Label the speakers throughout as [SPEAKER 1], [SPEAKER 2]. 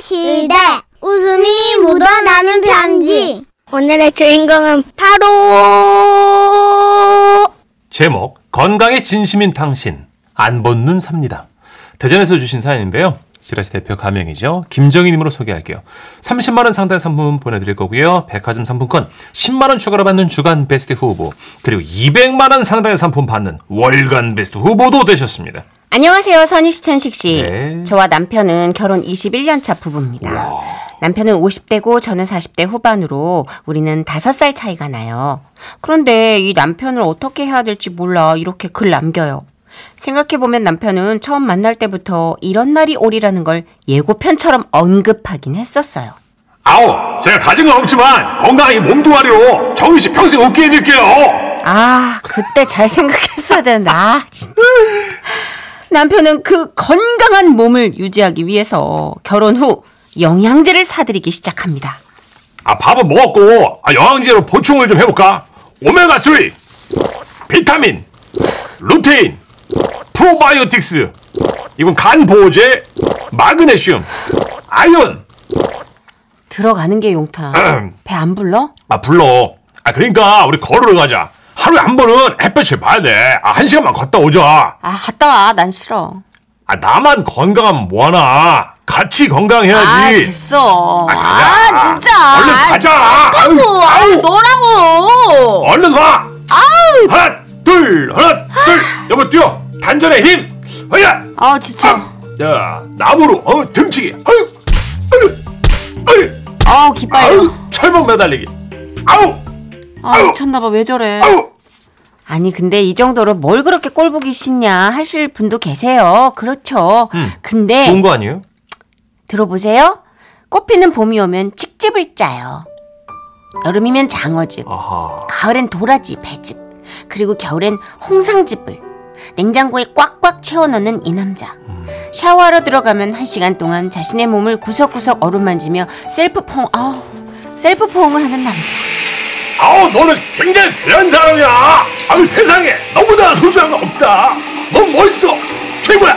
[SPEAKER 1] 시대 웃음이 묻어나는 편지
[SPEAKER 2] 오늘의 주인공은 바로
[SPEAKER 3] 제목 건강에 진심인 당신 안본눈 삽니다. 대전에서 주신 사연인데요. 지라시 대표 가명이죠. 김정희님으로 소개할게요. 30만 원 상당 상품 보내드릴 거고요. 백화점 상품권 10만 원 추가로 받는 주간 베스트 후보 그리고 200만 원 상당의 상품 받는 월간 베스트 후보도 되셨습니다.
[SPEAKER 4] 안녕하세요, 선희 시천식 씨.
[SPEAKER 3] 네.
[SPEAKER 4] 저와 남편은 결혼 21년 차 부부입니다. 남편은 50대고 저는 40대 후반으로 우리는 5살 차이가 나요. 그런데 이 남편을 어떻게 해야 될지 몰라 이렇게 글 남겨요. 생각해보면 남편은 처음 만날 때부터 이런 날이 오리라는 걸 예고편처럼 언급하긴 했었어요.
[SPEAKER 5] 아우, 제가 가진 건 없지만 건강하게 몸뚱아리로 정희 씨 평생 웃게 해드릴게요.
[SPEAKER 4] 아, 그때 잘 생각했어야 되는데, 아, 진짜. 남편은 그 건강한 몸을 유지하기 위해서 결혼 후 영양제를 사드리기 시작합니다.
[SPEAKER 5] 아, 밥은 먹었고 아, 영양제로 보충을 좀 해볼까? 오메가 3, 비타민, 루테인, 프로바이오틱스, 이건 간 보호제, 마그네슘, 아연.
[SPEAKER 4] 들어가는 게 용타.
[SPEAKER 5] 아흠.
[SPEAKER 4] 배 안 불러?
[SPEAKER 5] 아 불러. 아 그러니까 우리 걸으러 가자. 하루에 한 번은 햇볕을 봐야 돼. 아 한 시간만 걷다 오자.
[SPEAKER 4] 아, 갔다 와. 난 싫어.
[SPEAKER 5] 아 나만 건강하면 뭐하나. 같이
[SPEAKER 4] 아,
[SPEAKER 5] 건강해야지.
[SPEAKER 4] 됐어. 아,
[SPEAKER 5] 가자.
[SPEAKER 4] 진짜. 뭐.
[SPEAKER 5] 얼른 가자. 아유,
[SPEAKER 4] 아우,
[SPEAKER 5] 아유. 어.
[SPEAKER 4] 너라고.
[SPEAKER 5] 얼른 와.
[SPEAKER 4] 아우.
[SPEAKER 5] 하나 둘 하나 둘. 여보 뛰어. 단전의 힘. 허야.
[SPEAKER 4] 아, 지쳐.
[SPEAKER 5] 자 나무로 어 등치기. 아유 아유 아유.
[SPEAKER 4] 아우, 기빨려.
[SPEAKER 5] 아유 철봉 매달리기. 아우
[SPEAKER 4] 아, 미쳤나봐. 왜 저래.
[SPEAKER 5] 아우.
[SPEAKER 4] 아니 근데 이 정도로 뭘 그렇게 꼴보기 싫냐 하실 분도 계세요. 그렇죠. 근데
[SPEAKER 3] 음. 좋은 거 아니에요?
[SPEAKER 4] 들어보세요. 꽃피는 봄이 오면 칡즙을 짜요. 여름이면 장어즙,
[SPEAKER 3] 아하.
[SPEAKER 4] 가을엔 도라지, 배즙, 그리고 겨울엔 홍상즙을 냉장고에 꽉꽉 채워넣는 이 남자. 샤워하러 들어가면 한 시간 동안 자신의 몸을 구석구석 어루만지며 셀프 포옹, 아우, 셀프 포옹을 하는 남자.
[SPEAKER 5] 아우 너는 굉장히 대한 사람이야 아우 세상에 너보다 소중한 건 없다 넌 멋있어 최고야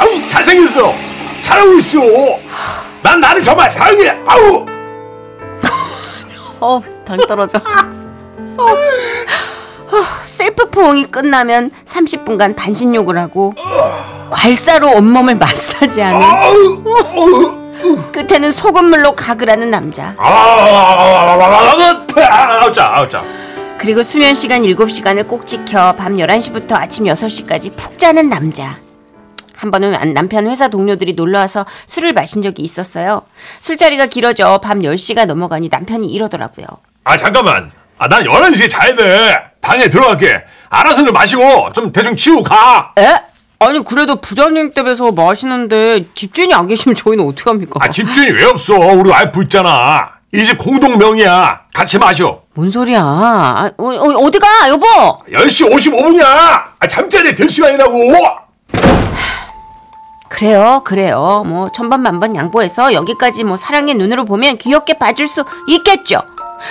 [SPEAKER 5] 아우 잘생겼어 잘하고 있어 난 나를 정말 사랑해 아우
[SPEAKER 4] 어, 당 떨어져. 어. 어, 셀프 포옹이 끝나면 30분간 반신욕을 하고 괄사로 온몸을 마사지하는
[SPEAKER 5] 아우
[SPEAKER 4] 끝에는 소금물로 가글 하는 남자
[SPEAKER 5] 아우아우아우아우아우아우아우아우아우
[SPEAKER 4] 그리고 수면 시간 7시간을 꼭 지켜 밤 11시부터 아침 6시까지 푹 자는 남자 한 번은 안- 남편 회사 동료들이 놀러와서 술을 마신 적이 있었어요 술자리가 길어져 밤 10시가 넘어가니 남편이 이러더라고요
[SPEAKER 5] 아 잠깐만 아 난 11시에 자야 돼 방에 들어갈게 알아서는 마시고 좀 대충 치우고 가
[SPEAKER 4] 에? 아니 그래도 부장님 댁에서 마시는데 집주인이 안 계시면 저희는 어떡합니까?
[SPEAKER 5] 아, 집주인이 왜 없어 우리 와이프 있잖아 이 집 공동 명의야 같이 마셔
[SPEAKER 4] 뭔 소리야? 아, 어, 어, 디가 여보?
[SPEAKER 5] 10시 55분이야! 아, 잠자리에 들 시간이라고!
[SPEAKER 4] 그래요 그래요 뭐 천번만번 양보해서 여기까지 뭐 사랑의 눈으로 보면 귀엽게 봐줄 수 있겠죠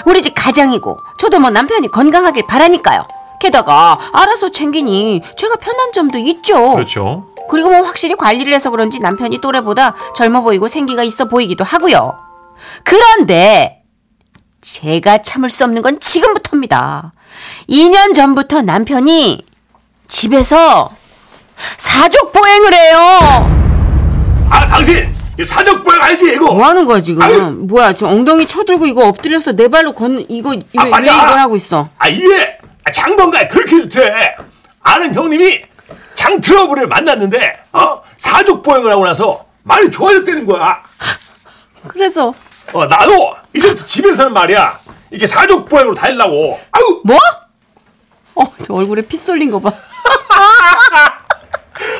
[SPEAKER 4] 우리 집 가장이고 저도 뭐 남편이 건강하길 바라니까요 게다가 알아서 챙기니 제가 편한 점도 있죠
[SPEAKER 3] 그렇죠.
[SPEAKER 4] 그리고 뭐 확실히 관리를 해서 그런지 남편이 또래보다 젊어 보이고 생기가 있어 보이기도 하고요. 그런데 제가 참을 수 없는 건 지금부터입니다. 2년 전부터 남편이 집에서 사족 보행을 해요.
[SPEAKER 5] 아, 당신! 이 사적 보행 알지, 이거?
[SPEAKER 4] 뭐 하는 거야 지금?
[SPEAKER 5] 아유.
[SPEAKER 4] 뭐야 지금 엉덩이 쳐들고 이거 엎드려서 내 발로 건 이거 이거
[SPEAKER 5] 아,
[SPEAKER 4] 왜
[SPEAKER 5] 맞아.
[SPEAKER 4] 이걸 하고 있어?
[SPEAKER 5] 아, 이게 아, 장본가에 그렇게 좋대. 아는 형님이 장 트러블을 만났는데, 어? 사족 보행을 하고 나서 많이 좋아졌다는 거야.
[SPEAKER 4] 그래서
[SPEAKER 5] 어, 나도 이제부터 집에서는 말이야. 이게 사족 보행으로 다니려고. 아우!
[SPEAKER 4] 뭐? 어 저 얼굴에 피 쏠린 거 봐.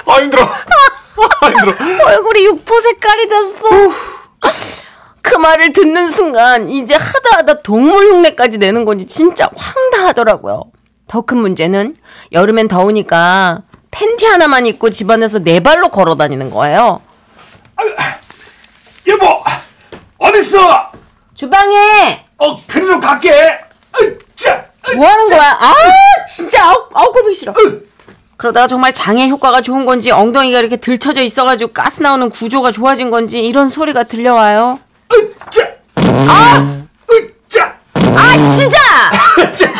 [SPEAKER 5] 아, 힘들어. 아, 힘들어.
[SPEAKER 4] 얼굴이 육포 색깔이 됐어. 그 말을 듣는 순간 이제 하다 하다 동물 흉내까지 내는 건지 진짜 황당하더라고요. 더 큰 문제는 여름엔 더우니까 팬티 하나만 입고 집안에서 네 발로 걸어 다니는 거예요.
[SPEAKER 5] 여보! 어딨어?
[SPEAKER 4] 주방에
[SPEAKER 5] 어, 그리로 갈게. 으, 자, 으,
[SPEAKER 4] 뭐 하는 거야? 아 진짜 아우 아우 꼴보기 싫어.
[SPEAKER 5] 으.
[SPEAKER 4] 그러다가 정말 장애 효과가 좋은 건지 엉덩이가 이렇게 들쳐져 있어가지고 가스 나오는 구조가 좋아진 건지 이런 소리가 들려와요.
[SPEAKER 6] 으짜! 아! 으짜!
[SPEAKER 4] 아 진짜!
[SPEAKER 6] 으짜!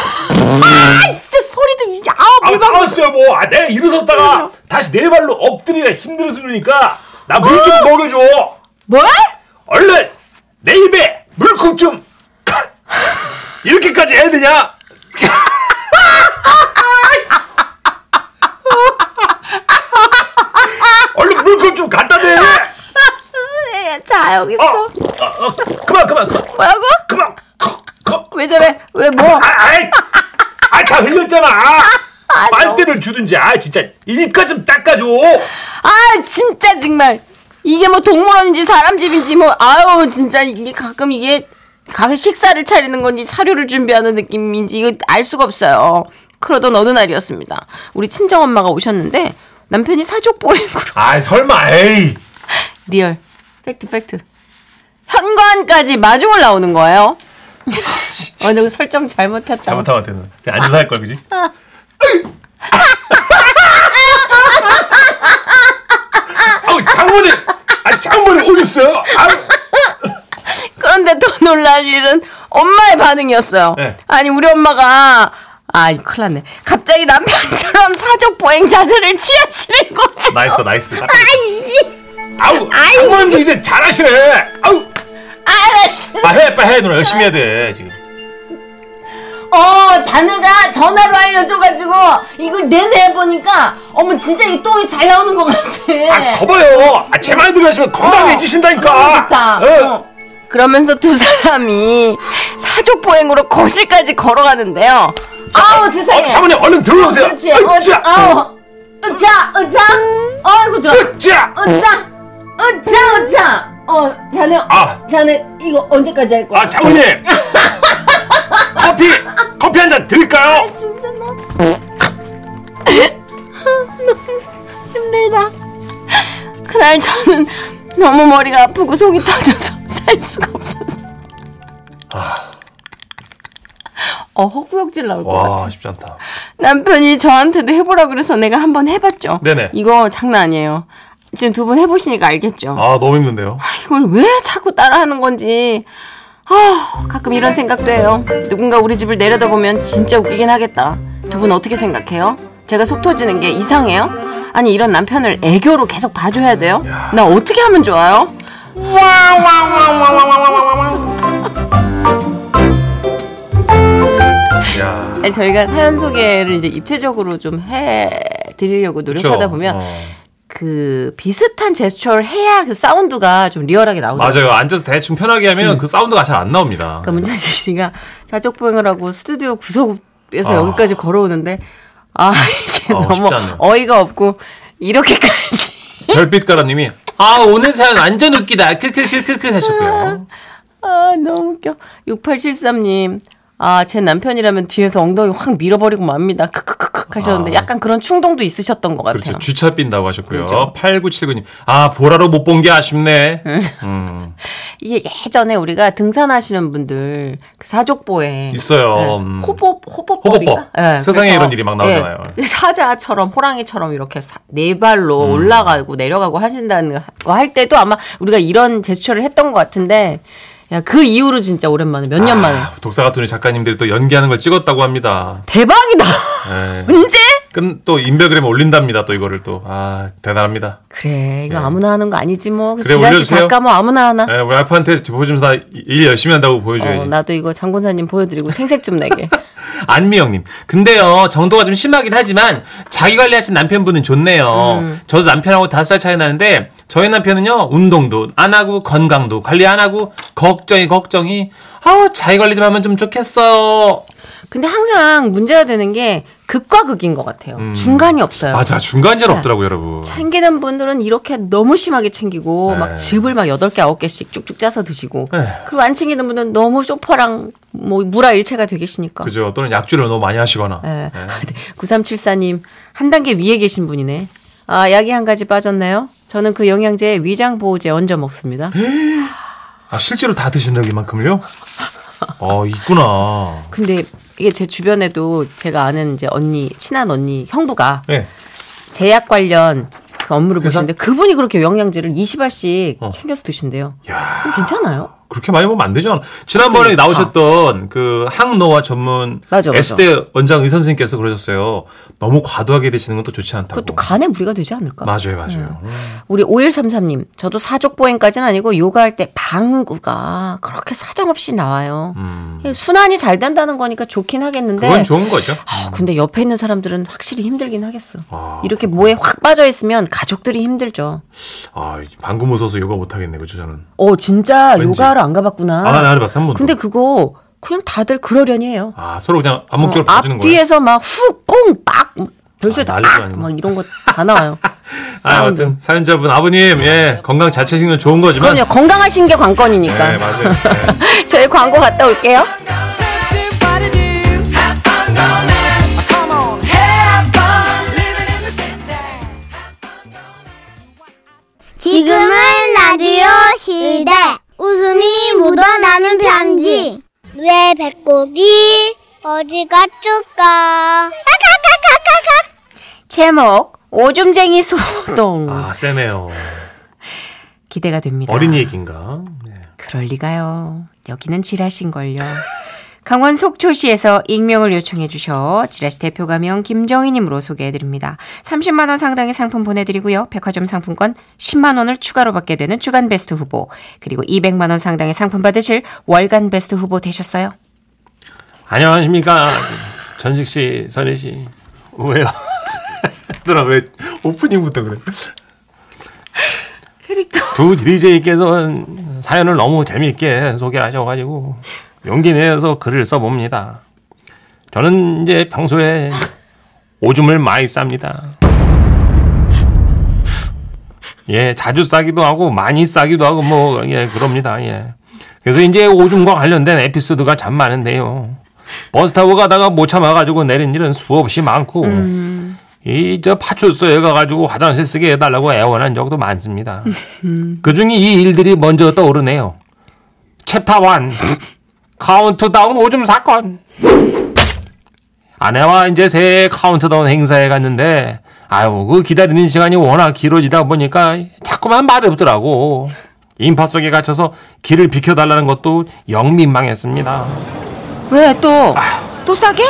[SPEAKER 4] 아 진짜 소리도 이제 아우
[SPEAKER 6] 아우
[SPEAKER 4] 물방
[SPEAKER 6] 나왔어요 뭐 아, 내가 일어섰다가 다시 네 발로 엎드리라 힘들어서 그러니까 나 물 좀 먹여줘
[SPEAKER 4] 뭘?
[SPEAKER 6] 얼른 내 입에 물컵 좀 이렇게까지 해야 되냐 얼른 물컵 좀 갖다 대
[SPEAKER 4] 아, 야, 자 여기
[SPEAKER 6] 어,
[SPEAKER 4] 있어.
[SPEAKER 6] 어, 어, 그만 그만 그만
[SPEAKER 4] 뭐라고?
[SPEAKER 6] 그만 컵, 컵.
[SPEAKER 4] 왜 저래? 왜 뭐?
[SPEAKER 6] 아, 아이, 아이 다 흘렸잖아 빨대를 주든지 아 진짜 입까지 좀 닦아줘
[SPEAKER 4] 아 진짜 정말 이게 뭐 동물원인지 사람 집인지 뭐 아유 진짜 이게 가끔 이게 가끔 식사를 차리는 건지 사료를 준비하는 느낌인지 이거 알 수가 없어요. 그러던 어느 날이었습니다. 우리 친정 엄마가 오셨는데 남편이 사족 보행으로
[SPEAKER 6] 아 설마 에이
[SPEAKER 4] 리얼 팩트 팩트 현관까지 마중을 나오는 거예요. 어, 너 설정 잘못했다.
[SPEAKER 6] 잘못하면 되는 그냥 앉아서 할 걸 그지 아우 장모님 아 장모님 오셨어요 아우
[SPEAKER 4] 그런데 더 놀랄 일은 엄마의 반응이었어요.
[SPEAKER 6] 네.
[SPEAKER 4] 아니 우리 엄마가 아 이거 큰일 났네. 갑자기 남편처럼 사족 보행 자세를 취하시는 거예요.
[SPEAKER 6] 나이스 나이스
[SPEAKER 4] 아이씨.
[SPEAKER 6] 아우 장모님도 이제 잘하시네 아우
[SPEAKER 4] 아이씨.
[SPEAKER 6] 빨해 빨해 누나 열심히 해야 돼 지금
[SPEAKER 4] 어 자네가 전화로 알려줘가지고 이걸 내내 해보니까 어머 진짜 이 똥이 잘 나오는 것
[SPEAKER 6] 아
[SPEAKER 4] 같아.
[SPEAKER 6] 거봐요 아 제 말 들으시면 건강해지신다니까
[SPEAKER 4] 네. 어, 좋다.
[SPEAKER 6] 응.
[SPEAKER 4] 어. 그러면서 두 사람이 사족 보행으로 거실까지 걸어가는데요. 아우 세상에.
[SPEAKER 6] 어, 장모님 얼른 들어오세요
[SPEAKER 4] 그렇지. 어,
[SPEAKER 6] 으쌰
[SPEAKER 4] 어. 으짜, 으짜. 아이고, 좋아.
[SPEAKER 6] 으쌰
[SPEAKER 4] 으짜. 으짜, 으짜. 어, 자네,
[SPEAKER 6] 아.
[SPEAKER 4] 자네, 이거 언제까지 할 거야?
[SPEAKER 6] 아 장모님 커피 커피 한 잔 드릴까요
[SPEAKER 4] 진짜 너무. 너무 힘들다. 그날 저는 너무 머리가 아프고 속이 터져서 살 수가 없었어. 어, 헛구역질 나올 것 같아.
[SPEAKER 5] 아. 와 쉽지 않다.
[SPEAKER 4] 남편이 저한테도 해보라 그래서 내가 한번 해봤죠.
[SPEAKER 5] 네네.
[SPEAKER 4] 이거 장난 아니에요. 지금 두 분 해보시니까 알겠죠.
[SPEAKER 5] 아 너무 힘든데요.
[SPEAKER 4] 이걸 왜 자꾸 따라하는 건지. 아, 가끔 이런 생각도 해요. 누군가 우리 집을 내려다보면 진짜 웃기긴 하겠다. 두 분 어떻게 생각해요? 제가 속 터지는 게 이상해요? 아니 이런 남편을 애교로 계속 봐줘야 돼요? 나 어떻게 하면 좋아요?
[SPEAKER 5] 야.
[SPEAKER 4] 아니, 저희가 사연 소개를 이제 입체적으로 좀 해드리려고 노력하다
[SPEAKER 5] 그렇죠.
[SPEAKER 4] 보면
[SPEAKER 5] 어.
[SPEAKER 4] 그 비슷한 제스처를 해야 그 사운드가 좀 리얼하게 나오더라고요.
[SPEAKER 5] 맞아요. 앉아서 대충 편하게 하면 그 사운드가 잘 안 나옵니다.
[SPEAKER 4] 음. 그러니까 문재수 씨가 사족 보행을 하고 스튜디오 구석에서
[SPEAKER 5] 아.
[SPEAKER 4] 여기까지 걸어오는데 아 이게
[SPEAKER 5] 어,
[SPEAKER 4] 너무
[SPEAKER 5] 쉽지 않네요.
[SPEAKER 4] 어이가 없고 이렇게까지
[SPEAKER 5] 별빛가라님이 아 오늘 사연 완전 웃기다. 크크크크크 하셨고요.
[SPEAKER 4] 아 너무 웃겨 6873님 아 제 남편이라면 뒤에서 엉덩이 확 밀어버리고 맙니다 크크크크 하셨는데
[SPEAKER 5] 아.
[SPEAKER 4] 약간 그런 충동도 있으셨던 것 같아요
[SPEAKER 5] 그렇죠. 주차 빈다고 하셨고요.
[SPEAKER 4] 그렇죠.
[SPEAKER 5] 8979님 아 보라로 못 본 게 아쉽네. 음,
[SPEAKER 4] 이게 예전에 우리가 등산하시는 분들 그 사족보에
[SPEAKER 5] 있어요.
[SPEAKER 4] 네.
[SPEAKER 5] 음.
[SPEAKER 4] 호법 호법법인가?
[SPEAKER 5] 호법법. 세상에 이런 일이 막 나오잖아요.
[SPEAKER 4] 예. 사자처럼 호랑이처럼 이렇게 사- 네 발로
[SPEAKER 5] 음.
[SPEAKER 4] 올라가고 내려가고 하신다는 거 할 때도 아마 우리가 이런 제스처를 했던 것 같은데 야, 그 이후로 진짜 오랜만에 몇 년 만에
[SPEAKER 5] 아, 독사가토니 작가님들이 또 연기하는 걸 찍었다고 합니다.
[SPEAKER 4] 대박이다.
[SPEAKER 5] 예.
[SPEAKER 4] 언제?
[SPEAKER 5] 끈- 또 인별그램에 올린답니다. 또 이거를 또 아 대단합니다.
[SPEAKER 4] 그래 이거
[SPEAKER 5] 예.
[SPEAKER 4] 아무나 하는 거 아니지 뭐. 그
[SPEAKER 5] 그래,
[SPEAKER 4] 지라시
[SPEAKER 5] 올려주세요.
[SPEAKER 4] 작가 뭐 아무나 하나.
[SPEAKER 5] 예, 우리 알프한테 보여주면서 나일 열심히 한다고 보여줘야지.
[SPEAKER 4] 어, 나도 이거 장군사님 보여드리고 생색 좀 내게.
[SPEAKER 5] 안미영님. 근데요, 정도가 좀 심하긴 하지만, 자기 관리하신 남편분은 좋네요.
[SPEAKER 4] 음.
[SPEAKER 5] 저도 남편하고 다섯 살 차이 나는데, 저희 남편은요, 운동도 안 하고, 건강도 관리 안 하고, 걱정이, 걱정이. 아우, 자기 관리 좀 하면 좀 좋겠어.
[SPEAKER 4] 근데 항상 문제가 되는 게 극과 극인 것 같아요.
[SPEAKER 5] 음.
[SPEAKER 4] 중간이 없어요.
[SPEAKER 5] 맞아, 중간절 없더라고요, 여러분.
[SPEAKER 4] 챙기는 분들은 이렇게 너무 심하게 챙기고
[SPEAKER 5] 네.
[SPEAKER 4] 막 즙을 막 여덟 개 아홉 개씩 쭉쭉 짜서 드시고
[SPEAKER 5] 네.
[SPEAKER 4] 그리고 안 챙기는 분은 너무 소파랑 뭐 무라일체가 되계시니까
[SPEAKER 5] 그죠. 네. 또는 약주를 너무 많이 하시거나.
[SPEAKER 4] 예. 9374님 한 단계 위에 계신 분이네. 아 약이 한 가지 빠졌나요? 저는 그 영양제 위장 보호제 얹어 먹습니다.
[SPEAKER 5] 아, 실제로 다 드신다고 이만큼을요? 어, 있구나.
[SPEAKER 4] 근데 이게 제 주변에도 제가 아는 이제 언니 친한 언니 형부가
[SPEAKER 5] 예.
[SPEAKER 4] 제약 관련 그 업무를
[SPEAKER 5] 회사?
[SPEAKER 4] 보시는데 그분이 그렇게 영양제를 20알씩
[SPEAKER 5] 어.
[SPEAKER 4] 챙겨서 드신대요.
[SPEAKER 5] 야.
[SPEAKER 4] 그럼 괜찮아요?
[SPEAKER 5] 그렇게 많이 먹으면 안 되지 않아? 지난번에
[SPEAKER 4] 그러니까.
[SPEAKER 5] 나오셨던 그 항노화 전문
[SPEAKER 4] 맞아, 맞아.
[SPEAKER 5] S대 원장 의사 선생님께서 그러셨어요. 너무 과도하게 드시는 건 또 좋지 않다고.
[SPEAKER 4] 그것도 간에 무리가 네. 되지 않을까?
[SPEAKER 5] 맞아요, 맞아요.
[SPEAKER 4] 우리 5133님, 저도 사족보행까지는 아니고 요가할 때 방구가 그렇게 사정없이 나와요.
[SPEAKER 5] 음.
[SPEAKER 4] 예, 순환이 잘 된다는 거니까 좋긴 하겠는데.
[SPEAKER 5] 그건 좋은 거죠.
[SPEAKER 4] 아, 근데 옆에 있는 사람들은 확실히 힘들긴 하겠어.
[SPEAKER 5] 아,
[SPEAKER 4] 이렇게 뭐에 확 빠져 있으면 가족들이 힘들죠.
[SPEAKER 5] 아, 방구 무서워서 요가 못 하겠네, 그죠 저는.
[SPEAKER 4] 어, 진짜
[SPEAKER 5] 왠지.
[SPEAKER 4] 요가를 안 가봤구나.
[SPEAKER 5] 아, 나 해봤어 한 번도.
[SPEAKER 4] 근데 그거 그냥 다들 그러려니 해요.
[SPEAKER 5] 아, 서로 그냥 암묵적으로
[SPEAKER 4] 어,
[SPEAKER 5] 봐주는 거예요.
[SPEAKER 4] 앞뒤에서 막 후, 뿡, 빡,
[SPEAKER 5] 아,
[SPEAKER 4] 별소리도
[SPEAKER 5] 난리도
[SPEAKER 4] 빡,
[SPEAKER 5] 아니고.
[SPEAKER 4] 막 이런 거 다 나와요.
[SPEAKER 5] 아,
[SPEAKER 4] 사운드.
[SPEAKER 5] 아무튼 사연자분 아버님, 예, 건강 잘 챙기는 건 좋은 거지만.
[SPEAKER 4] 그럼요, 건강하신 게 관건이니까.
[SPEAKER 5] 네, 맞아요. 예.
[SPEAKER 4] 저희 광고 갔다 올게요.
[SPEAKER 2] Everybody do. Have fun, go mad. Come on, have fun, living in the city.
[SPEAKER 1] 지금은 라디오 시대. 웃음이 묻어나는 편지. 왜 배꼽이 어디가 쭉가?
[SPEAKER 4] 제목, 오줌쟁이 소동.
[SPEAKER 5] 아, 세네요.
[SPEAKER 4] 기대가 됩니다.
[SPEAKER 5] 어린 얘기인가? 네.
[SPEAKER 4] 그럴 리가요. 여기는 지라신걸요. 강원 속초시에서 익명을 요청해 주셔 지라시 대표 가명 김정희님으로 소개해드립니다. 30만 원 상당의 상품 보내드리고요. 백화점 상품권 10만 원을 추가로 받게 되는 주간 베스트 후보 그리고 200만 원 상당의 상품 받으실 월간 베스트 후보 되셨어요.
[SPEAKER 5] 안녕하십니까 전식 씨, 선희 씨. 왜요? 누나 왜 오프닝부터 그래? 두 DJ께서 사연을 너무 재미있게 소개하셔가지고 용기 내서 글을 써봅니다. 저는 이제 평소에 오줌을 많이 쌉니다. 예, 자주 싸기도 하고 많이 싸기도 하고 뭐 예, 그럽니다. 예. 그래서 이제 오줌과 관련된 에피소드가 참 많은데요. 버스 타고 가다가 못 참아가지고 내린 일은 수없이 많고 이 저 파출소에 가가지고 화장실 쓰게 해달라고 애원한 적도 많습니다. 그중에 이 일들이 먼저 떠오르네요. 채타완 카운트다운 오줌 사건. 아내와 이제 새해 카운트다운 행사에 갔는데 아유 그 기다리는 시간이 워낙 길어지다 보니까 자꾸만 말이 없더라고. 인파 속에 갇혀서 길을 비켜달라는 것도 영민망했습니다.
[SPEAKER 4] 왜 또? 또 싸게?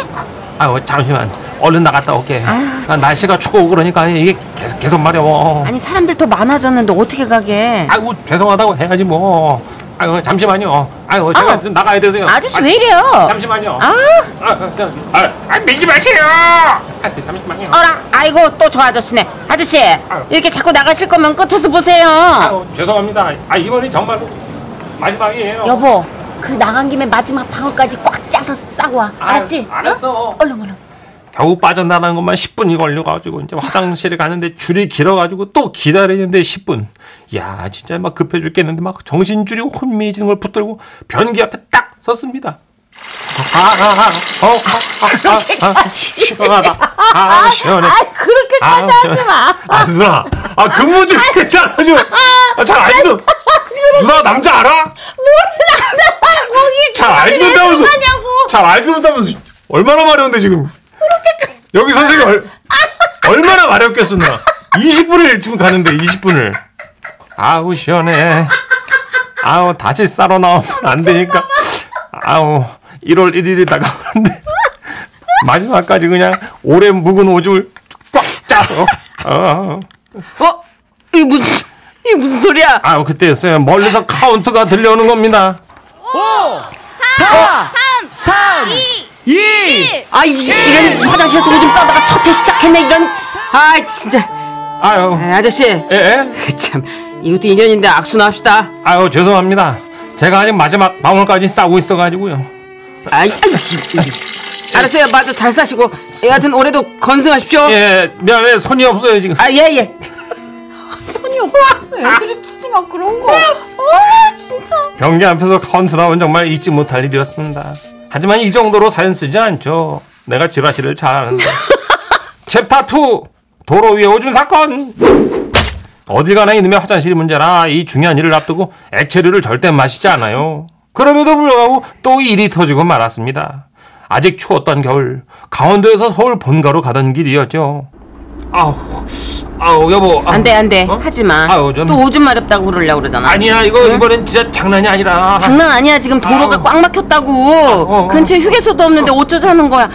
[SPEAKER 5] 아유 잠시만 얼른 나갔다 올게. 아, 날씨가 춥고 그러니까 이게 계속 계속 마려워.
[SPEAKER 4] 아니 사람들 더 많아졌는데 어떻게 가게?
[SPEAKER 5] 아이고 죄송하다고 해야지 뭐. 아유 잠시만요. 아유 제가
[SPEAKER 4] 아.
[SPEAKER 5] 좀 나가야 되세요.
[SPEAKER 4] 아저씨
[SPEAKER 5] 아,
[SPEAKER 4] 왜 이래요?
[SPEAKER 5] 잠시만요.
[SPEAKER 4] 아,
[SPEAKER 5] 아, 아, 아, 아, 아, 밀지 마세요. 아, 잠시만요.
[SPEAKER 4] 어라, 아이고 또 저 아저씨네. 아저씨 이렇게 자꾸 나가실 거면 끝에서 보세요.
[SPEAKER 5] 아유 죄송합니다. 아 이번이 정말로 마지막이에요.
[SPEAKER 4] 여보, 그 나간 김에 마지막 방울까지 꽉 짜서 싸고 와.
[SPEAKER 5] 아유,
[SPEAKER 4] 알았지?
[SPEAKER 5] 알았어.
[SPEAKER 4] 얼른 얼른.
[SPEAKER 5] 겨우 빠져나가는 것만 10분이 걸려가지고 이제 화장실에 가는데 줄이 길어가지고 또 기다리는데 10분. 야 진짜 막 급해 죽겠는데 막 정신줄이 혼미해지는 걸 붙들고 변기 앞에 딱 섰습니다. 아, 어, 아아아어아아 시원하다. 아 시원해.
[SPEAKER 4] 그렇게까지
[SPEAKER 5] 아, 저- 아 누나, 아 근무 좀 잘하죠. 아, 잘 알죠. 누나 남자 알아? 몰라.
[SPEAKER 4] 뭐
[SPEAKER 5] 잘 알지도 못하면서. 잘 알지도 못하면서 얼마나 마려운데 지금. 여기 선생님 얼, 얼마나 마렵겠어 누나. 20분을 지금 가는데 20분을. 아우 시원해. 아우 다시 싸러 나오면 안 되니까. 아우 1월 1일이다가 왔는데. 마지막까지 그냥 오래 묵은 오줌을 꽉 짜서 어.
[SPEAKER 4] 어? 이게 무슨 이게 무슨 소리야?
[SPEAKER 5] 아 그때였어요 멀리서 카운트가 들려오는 겁니다
[SPEAKER 7] 2
[SPEAKER 4] 어? 아, 이 시간 화장실에서 오줌 싸다가 첫회 시작했네 이런. 아, 진짜.
[SPEAKER 5] 아유
[SPEAKER 4] 아, 아저씨,
[SPEAKER 5] 예, 예?
[SPEAKER 4] 그 참, 이것도 인연인데 악수나 합시다.
[SPEAKER 5] 아유 죄송합니다 제가 아직 마지막 방울까지 싸고 있어가지고요
[SPEAKER 4] 아, 이 알았어요, 맞아 잘 싸시고 여하튼 올해도 건승하십시오.
[SPEAKER 5] 예 미안해 손이 없어요 지금
[SPEAKER 4] 아, 예, 예. 손이 없어. 애들이 피지마 그런 거. 아, 진짜.
[SPEAKER 5] 경기 앞에서 카운트다운 정말 잊지 못할 일이었습니다 하지만 이 정도로 사연 쓰지 않죠 내가 지라시를 잘 아는데 제파2 도로 위에 오줌 사건 어딜 가나 이놈의 화장실이 문제라 이 중요한 일을 앞두고 액체류를 절대 마시지 않아요. 그럼에도 불구하고 또 일이 터지고 말았습니다. 아직 추웠던 겨울 강원도에서 서울 본가로 가던 길이었죠. 아우, 아우 여보. 아우.
[SPEAKER 4] 안돼 안돼
[SPEAKER 5] 어?
[SPEAKER 4] 하지 마.
[SPEAKER 5] 아우, 좀-
[SPEAKER 4] 또 오줌 마렵다고 그러려고 그러잖아. 네?
[SPEAKER 5] 아니야 이거 이번엔 진짜 장난이 아니라.
[SPEAKER 4] 장난 아니야 지금 도로가
[SPEAKER 5] 아우.
[SPEAKER 4] 꽉 막혔다고.
[SPEAKER 5] 어.
[SPEAKER 4] 근처에 휴게소도 없는데 어쩌자는 거야.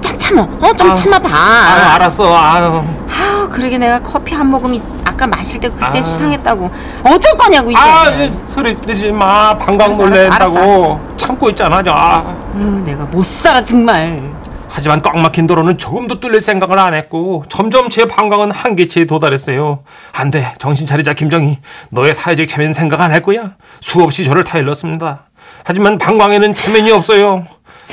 [SPEAKER 4] 참 참어. 어좀
[SPEAKER 5] 아우.
[SPEAKER 4] 참아봐.
[SPEAKER 5] 아유, 알았어. 아유.
[SPEAKER 4] 아우 그러게 내가 커피 한 모금이 아까 마실 때 그때
[SPEAKER 5] 아.
[SPEAKER 4] 수상했다고 어쩔 거냐고 이게
[SPEAKER 5] 아 이, 소리 지르지 마 방광
[SPEAKER 4] 네. 알았어, 알았어, 알았어,
[SPEAKER 5] 놀래다고 참고 있잖아. 아.
[SPEAKER 4] 아유, 어, 내가 못 살아 정말
[SPEAKER 5] 하지만 꽉 막힌 도로는 조금도 뚫릴 생각을 안 했고 점점 제 방광은 한계치에 도달했어요. 안 돼. 정신 차리자 김정희. 너의 사회적 체면 생각 안 할 거야. 수없이 저를 타일렀습니다. 하지만 방광에는 체면이 없어요.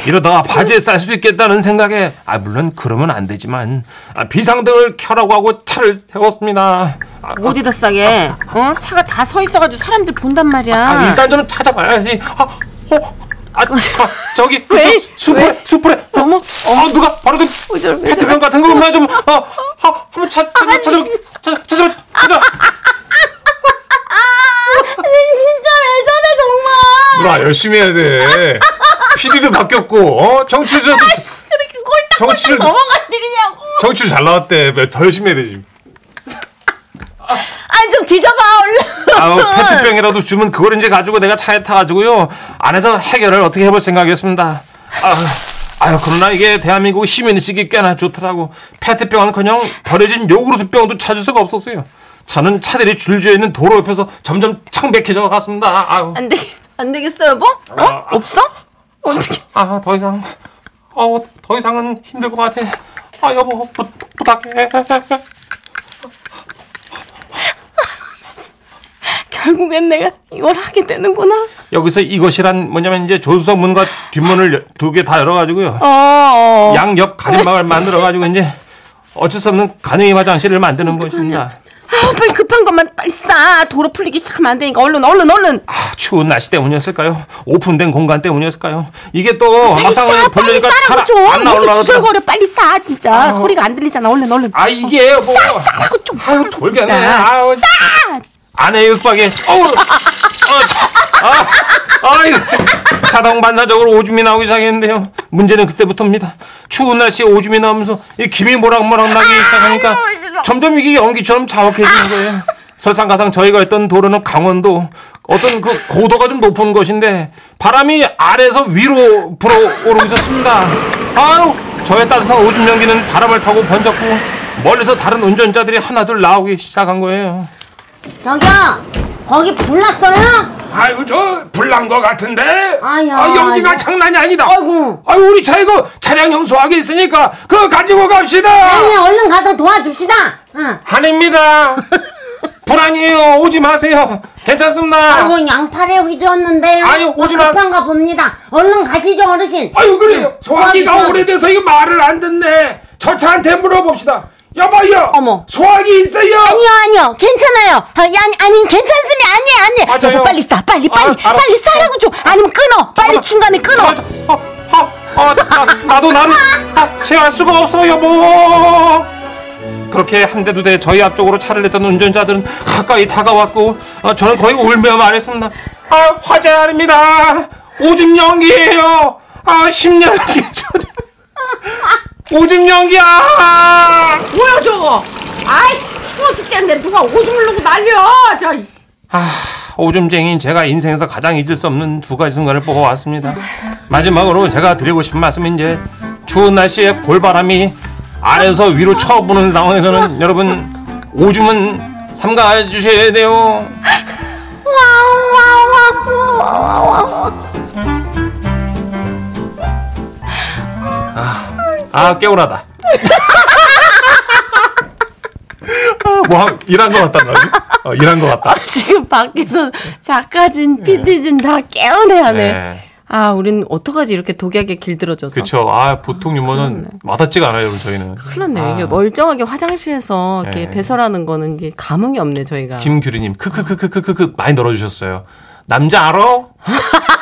[SPEAKER 5] 이러다가 바지에 쌀 수도 있겠다는 생각에 아 물론 그러면 안 되지만 아, 비상등을 켜라고 하고 차를 세웠습니다. 아,
[SPEAKER 4] 어디다 싸게 어 차가 다 서 있어가지고 사람들 본단 말이야
[SPEAKER 5] 아, 일단 좀 찾아봐야지. 아, 어, 아, 저, 저기 그
[SPEAKER 4] 왜?
[SPEAKER 5] 저, 수풀에 수풀에
[SPEAKER 4] 어머.
[SPEAKER 5] 어, 누가 바로 좀
[SPEAKER 4] 저래, 왜
[SPEAKER 5] 페트병 같은 거 없나 좀, 어, 어, 한번 찾, 찾아, 찾아, 찾아, 찾아, 찾아.
[SPEAKER 4] 아, 진짜 왜 저래 정말
[SPEAKER 6] 누나 열심히 해야 돼. PD도 바뀌었고 어? 정치도
[SPEAKER 4] 아, 그렇게 꼴딱
[SPEAKER 6] 정치를
[SPEAKER 4] 넘어갈 일이냐고
[SPEAKER 6] 정치 잘 나왔대. 더 열심히 해야 돼 지금.
[SPEAKER 4] 아니 좀 뒤져봐 얼른
[SPEAKER 5] 아우, 페트병이라도 주면 그걸 이제 가지고 내가 차에 타가지고요. 안에서 해결을 어떻게 해볼 생각이었습니다. 아, 아유, 그러나 이게 대한민국 시민의식이 꽤나 좋더라고. 페트병은 그냥 버려진 요구르트 병도 찾을 수가 없었어요. 저는 차들이 줄지어 있는 도로 옆에서 점점 창백해져 갔습니다. 아유.
[SPEAKER 4] 안 되겠 안 되겠어 여보 어
[SPEAKER 5] 아.
[SPEAKER 4] 없어 어떻게
[SPEAKER 5] 아, 더 이상, 어, 더 이상은 힘들 것 같아. 아, 여보, 부, 부탁해.
[SPEAKER 4] 결국엔 내가 이걸 하게 되는구나
[SPEAKER 5] 여기서 이것이란 뭐냐면 이제 조수석 문과 뒷문을 두 개 다 열어가지고요.
[SPEAKER 4] 어
[SPEAKER 5] 양옆 가림막을 만들어가지고 이제 어쩔 수 없는 가능의 화장실을 만드는 것입니다.
[SPEAKER 4] 아, 빨리 급한 것만 빨리 싸 도로 풀리기 시작하면 안 되니까 얼른 얼른 얼른
[SPEAKER 5] 아, 추운 날씨 때문이었을까요? 오픈된 공간 때문이었을까요? 이게 또
[SPEAKER 4] 빨리 싸
[SPEAKER 5] 막상
[SPEAKER 4] 빨리
[SPEAKER 5] 벌려니까
[SPEAKER 4] 싸라고
[SPEAKER 5] 잘 안
[SPEAKER 4] 좀왜 이렇게
[SPEAKER 5] 나올라고. 어.
[SPEAKER 4] 주절거려 빨리 싸 진짜 소리가 안 들리잖아 얼른 얼른
[SPEAKER 5] 아, 이게 뭐.
[SPEAKER 4] 싸 싸라고 좀
[SPEAKER 5] 아유,
[SPEAKER 4] 싸라고
[SPEAKER 5] 돌겠네.
[SPEAKER 4] 진짜.
[SPEAKER 5] 아유,
[SPEAKER 4] 싸
[SPEAKER 5] 아내의 윽박에 어우 아, 자, 아, 아, 이거 자동 반사적으로 오줌이 나오기 시작했는데요. 문제는 그때부터입니다. 추운 날씨에 오줌이 나오면서 이 김이 모락모락 나기 시작하니까 점점 이게 연기처럼 자욱해지는 거예요. 설상가상 저희가 있던 도로는 강원도 어떤 그 고도가 좀 높은 것인데 바람이 아래에서 위로 불어오르고 있었습니다. 아유 저의 따뜻한 오줌 연기는 바람을 타고 번졌고 멀리서 다른 운전자들이 하나둘 나오기 시작한 거예요.
[SPEAKER 7] 저기요 거기 불났어요?
[SPEAKER 6] 아유 저 불난 거 같은데.
[SPEAKER 7] 아야,
[SPEAKER 6] 아, 연기가
[SPEAKER 7] 아이고.
[SPEAKER 6] 장난이 아니다.
[SPEAKER 7] 아이고.
[SPEAKER 6] 아유 우리 차 이거 차량 형소하게 있으니까 그거 가지고 갑시다.
[SPEAKER 7] 아니 얼른 가서 도와줍시다 응.
[SPEAKER 5] 아닙니다. 불안이에요. 오지 마세요. 괜찮습니다.
[SPEAKER 7] 아이고 양파를 휘저었는데요
[SPEAKER 5] 아유,
[SPEAKER 7] 뭐
[SPEAKER 5] 오지 마.
[SPEAKER 7] 급한가 봅니다 얼른 가시죠 어르신
[SPEAKER 6] 아유 그래요. 소화기가
[SPEAKER 7] 소화기.
[SPEAKER 6] 오래돼서 이거 말을 안 듣네. 저 차한테 물어봅시다. 여봐요.
[SPEAKER 7] 어머.
[SPEAKER 6] 소화기 있어요?
[SPEAKER 7] 아니요 아니요 괜찮아요 아, 아니 아니 괜찮습니다 아니에요 아니에요
[SPEAKER 5] 맞아요.
[SPEAKER 7] 여보, 빨리 싸 빨리
[SPEAKER 5] 아,
[SPEAKER 7] 빨리
[SPEAKER 5] 알았어.
[SPEAKER 7] 빨리 싸라고 좀 아니면 끊어 빨리 중간에 끊어
[SPEAKER 5] 어, 어, 어, 나, 나도 나를 아, 제할 수가 없어 여보. 그렇게 한 대 두 대 저희 앞쪽으로 차를 냈던 운전자들은 가까이 다가왔고 아, 저는 거의 울며 말했습니다. 아 화재 아닙니다. 오줌 연기예요. 아 10년 오줌 연기야.
[SPEAKER 8] 뭐야 저거? 아이씨 추워 죽겠네 누가 오줌을 놓고 날려 저 이씨.
[SPEAKER 5] 아, 오줌쟁이인 제가 인생에서 가장 잊을 수 없는 두 가지 순간을 뽑아왔습니다. 마지막으로 제가 드리고 싶은 말씀은 이제 추운 날씨에 골바람이 아래에서 위로 쳐부는 상황에서는 여러분 오줌은 삼가해 주셔야 돼요. 아, 아 깨울하다. 아,
[SPEAKER 6] 뭐 한- 일한 거 같단 말이야. 어, 일한 거 같다.
[SPEAKER 4] 지금 밖에서
[SPEAKER 8] 네.
[SPEAKER 4] 작가진 PD진 다 깨어내야네
[SPEAKER 5] 네.
[SPEAKER 4] 아 우린 어떡하지 이렇게 독약에 길들어져서
[SPEAKER 5] 그쵸. 아, 보통 유머는 와닿지가 않아요, 여러분, 저희는.
[SPEAKER 4] 큰일 났네
[SPEAKER 5] 아.
[SPEAKER 4] 이게 멀쩡하게 화장실에서 이렇게
[SPEAKER 5] 네.
[SPEAKER 4] 배설하는 거는 이게 감흥이 없네 저희가
[SPEAKER 5] 김규리님 크크크크크크크 많이 널어주셨어요. 남자 알아?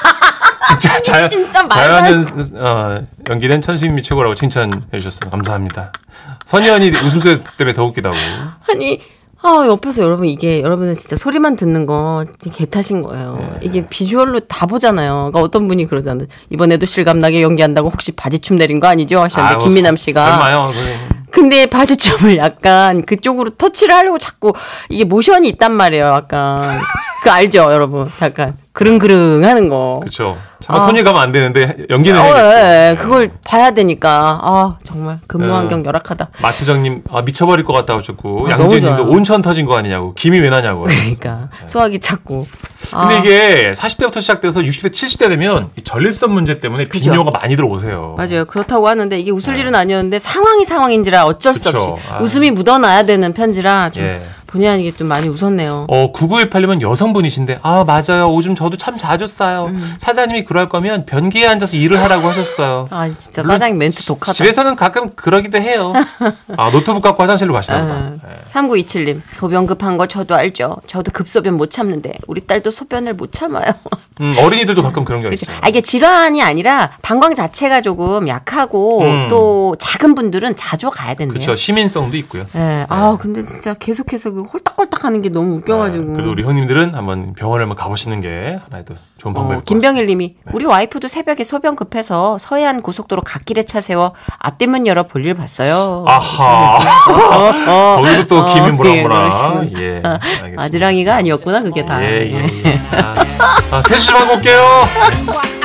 [SPEAKER 5] 진짜 자연
[SPEAKER 4] 진짜 말도
[SPEAKER 5] 자연 연- 어, 연기된 천식님이 최고라고 칭찬해 주셨어요. 감사합니다. 선현이 웃음소리 때문에 더 웃기다고.
[SPEAKER 4] 아니 아 옆에서 여러분 이게 여러분은 진짜 소리만 듣는 거 진짜 개 탓인
[SPEAKER 5] 네.
[SPEAKER 4] 거예요. 이게 비주얼로 다 보잖아요. 그러니까 어떤 분이 그러잖아요. 이번에도 실감나게 연기한다고 혹시 바지춤 내린 거 아니죠? 하셨는데
[SPEAKER 5] 아유,
[SPEAKER 4] 김미남
[SPEAKER 5] 서-
[SPEAKER 4] 씨가
[SPEAKER 5] 설마요, 선생님.
[SPEAKER 4] 근데 바지점을 약간 그쪽으로 터치를 하려고 자꾸 이게 모션이 있단 말이에요. 약간 그 알죠, 여러분? 약간 그릉그릉 하는 거.
[SPEAKER 5] 그렇죠. 잠깐 손이 가면 안 되는데 연기는
[SPEAKER 4] 아. 어,
[SPEAKER 5] 해야겠죠.
[SPEAKER 4] 예, 예. 그걸 봐야 되니까 아 정말
[SPEAKER 5] 네.
[SPEAKER 4] 근무 환경 열악하다.
[SPEAKER 5] 마치정님 아, 미쳐버릴 것 같다고 자꾸
[SPEAKER 4] 아,
[SPEAKER 5] 양재님도
[SPEAKER 4] 너무 좋아요.
[SPEAKER 5] 온천 터진 거 아니냐고 김이 왜 나냐고.
[SPEAKER 4] 그러니까 수학이 자꾸. 아,
[SPEAKER 5] 네. 근데 이게 40대부터 시작돼서 60대 70대 되면 이 전립선 문제 때문에
[SPEAKER 4] 그죠.
[SPEAKER 5] 빈뇨가 많이 들어오세요. 네.
[SPEAKER 4] 맞아요. 그렇다고 하는데 이게 웃을 일은 아니었는데 상황이 상황인지라 어쩔 수
[SPEAKER 5] 그쵸.
[SPEAKER 4] 없이
[SPEAKER 5] 아.
[SPEAKER 4] 웃음이 묻어나야 되는 편지라 좀
[SPEAKER 5] 예.
[SPEAKER 4] 본의 아니게 좀 많이 웃었네요.
[SPEAKER 5] 어, 9918님은 여성분이신데, 아, 맞아요. 오줌 저도 참 자주 싸요.
[SPEAKER 4] 음.
[SPEAKER 5] 사장님이 그럴 거면 변기에 앉아서 일을 하라고 하셨어요.
[SPEAKER 4] 아 진짜 사장님 멘트 독하다.
[SPEAKER 5] 집에서는 가끔 그러기도 해요. 아, 노트북 갖고 화장실로 가시나
[SPEAKER 4] 아.
[SPEAKER 5] 보다. 예.
[SPEAKER 4] 3927님, 소변 급한 거 저도 알죠. 저도 급소변 못 참는데, 우리 딸도 소변을 못 참아요.
[SPEAKER 5] 음, 어린이들도 가끔 그런 게
[SPEAKER 4] 그죠?
[SPEAKER 5] 있어요.
[SPEAKER 4] 아, 이게 질환이 아니라, 방광 자체가 조금 약하고,
[SPEAKER 5] 음.
[SPEAKER 4] 또 작은 분들은 자주 가야 된대요.
[SPEAKER 5] 그렇죠. 시민성도 있고요.
[SPEAKER 4] 예, 아, 근데 진짜 계속해서 그 홀딱홀딱 하는 게 너무
[SPEAKER 5] 아,
[SPEAKER 4] 웃겨가지고.
[SPEAKER 5] 그래도 우리 형님들은 한번 병원을 한번 가보시는 게 하나의 또 좋은 방법일
[SPEAKER 4] 어,
[SPEAKER 5] 것
[SPEAKER 4] 김병일 님이
[SPEAKER 5] 네.
[SPEAKER 4] 우리 와이프도 새벽에 소변 급해서 서해안 고속도로 갓길에 차 세워 앞뒷문 열어 볼일 봤어요.
[SPEAKER 5] 같습니다. 아하.
[SPEAKER 4] 어,
[SPEAKER 5] 거기도 또
[SPEAKER 4] 어,
[SPEAKER 5] 김이 뭐라
[SPEAKER 4] 예,
[SPEAKER 5] 뭐라.
[SPEAKER 4] 그러시군요.
[SPEAKER 5] 예. 알겠습니다.
[SPEAKER 4] 아지랑이가 아니었구나 그게 다.
[SPEAKER 5] 예, 예, 예. 아, 아, 세수 좀 하고 올게요.
[SPEAKER 2] What